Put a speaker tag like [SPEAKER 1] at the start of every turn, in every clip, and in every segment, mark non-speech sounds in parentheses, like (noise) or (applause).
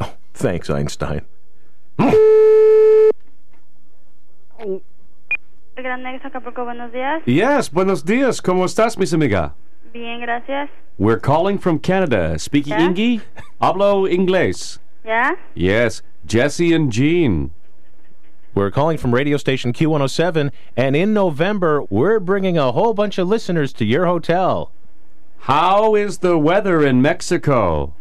[SPEAKER 1] Oh, Thanks, Einstein.
[SPEAKER 2] Gran Nexo Acapulco, buenos días.
[SPEAKER 3] Yes, buenos dias. ¿Cómo estás, mis amiga?
[SPEAKER 2] Bien, gracias.
[SPEAKER 3] We're calling from Canada. Speaking
[SPEAKER 2] Yeah?
[SPEAKER 3] Ingi? Hablo inglés.
[SPEAKER 2] ¿Ya?
[SPEAKER 3] Yes, Jesse and Jean.
[SPEAKER 1] (laughs) We're calling from radio station Q107, and in November, we're bringing a whole bunch of listeners to your hotel.
[SPEAKER 3] How is the weather in Mexico?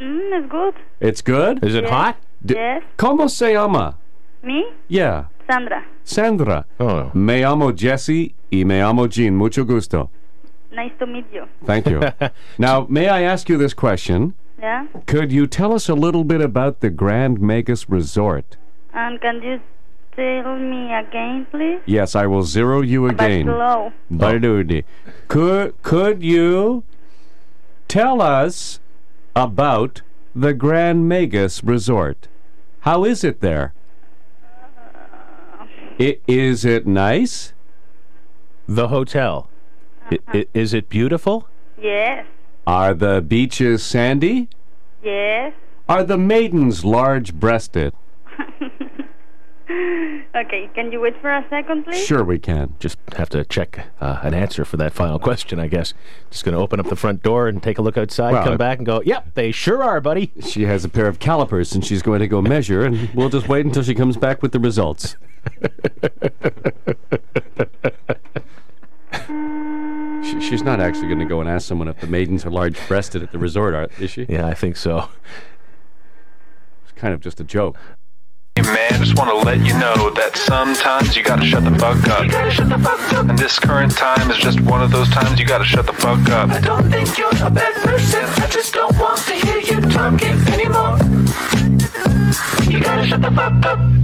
[SPEAKER 2] Mm, it's good.
[SPEAKER 3] It's good?
[SPEAKER 1] Is it
[SPEAKER 2] Yeah.
[SPEAKER 1] hot?
[SPEAKER 3] D-
[SPEAKER 2] yes.
[SPEAKER 3] ¿Cómo se llama?
[SPEAKER 2] Me,
[SPEAKER 3] Yeah,
[SPEAKER 2] Sandra.
[SPEAKER 3] Sandra.
[SPEAKER 1] Oh,
[SPEAKER 3] Me llamo Jesse y me llamo Jean. Mucho gusto.
[SPEAKER 2] Nice to meet you.
[SPEAKER 1] (laughs)
[SPEAKER 3] Thank you. now, may I ask you this question?
[SPEAKER 2] Yeah.
[SPEAKER 3] Could you tell us a little bit about the Grand Magus Resort?
[SPEAKER 2] And can you tell me again, please?
[SPEAKER 3] Yes, I will zero you again.
[SPEAKER 2] Hello.
[SPEAKER 3] Barudi. Could could you tell us about the Grand Magus Resort? How is it there? I, is it nice?
[SPEAKER 1] the hotel. I- I- is it beautiful?
[SPEAKER 2] Yes.
[SPEAKER 3] Are the beaches sandy?
[SPEAKER 2] Yes. (laughs)
[SPEAKER 3] Are the maidens large-breasted?
[SPEAKER 2] Okay, can you wait for a second, please?
[SPEAKER 3] Sure, we can.
[SPEAKER 1] Just have to check uh, an answer for that final question, I guess. Just going to open up the front door and take a look outside,
[SPEAKER 3] Well,
[SPEAKER 1] come
[SPEAKER 3] it-
[SPEAKER 1] back and go, yep, they sure are, buddy.
[SPEAKER 3] She has a pair of calipers, and she's going to go measure, and we'll just wait until she comes back with the results. She- She's not actually going to go and ask someone if the maidens are large-breasted at the resort, are, is she?
[SPEAKER 1] Yeah, I think so.
[SPEAKER 3] It's kind of just a joke.
[SPEAKER 4] Hey, man, just want to let you know that sometimes you gotta shut the fuck up. And this current time is just one of those times you gotta shut the fuck up.
[SPEAKER 5] I don't think you're a bad person. I just don't want to hear you talking anymore. You gotta shut the fuck up.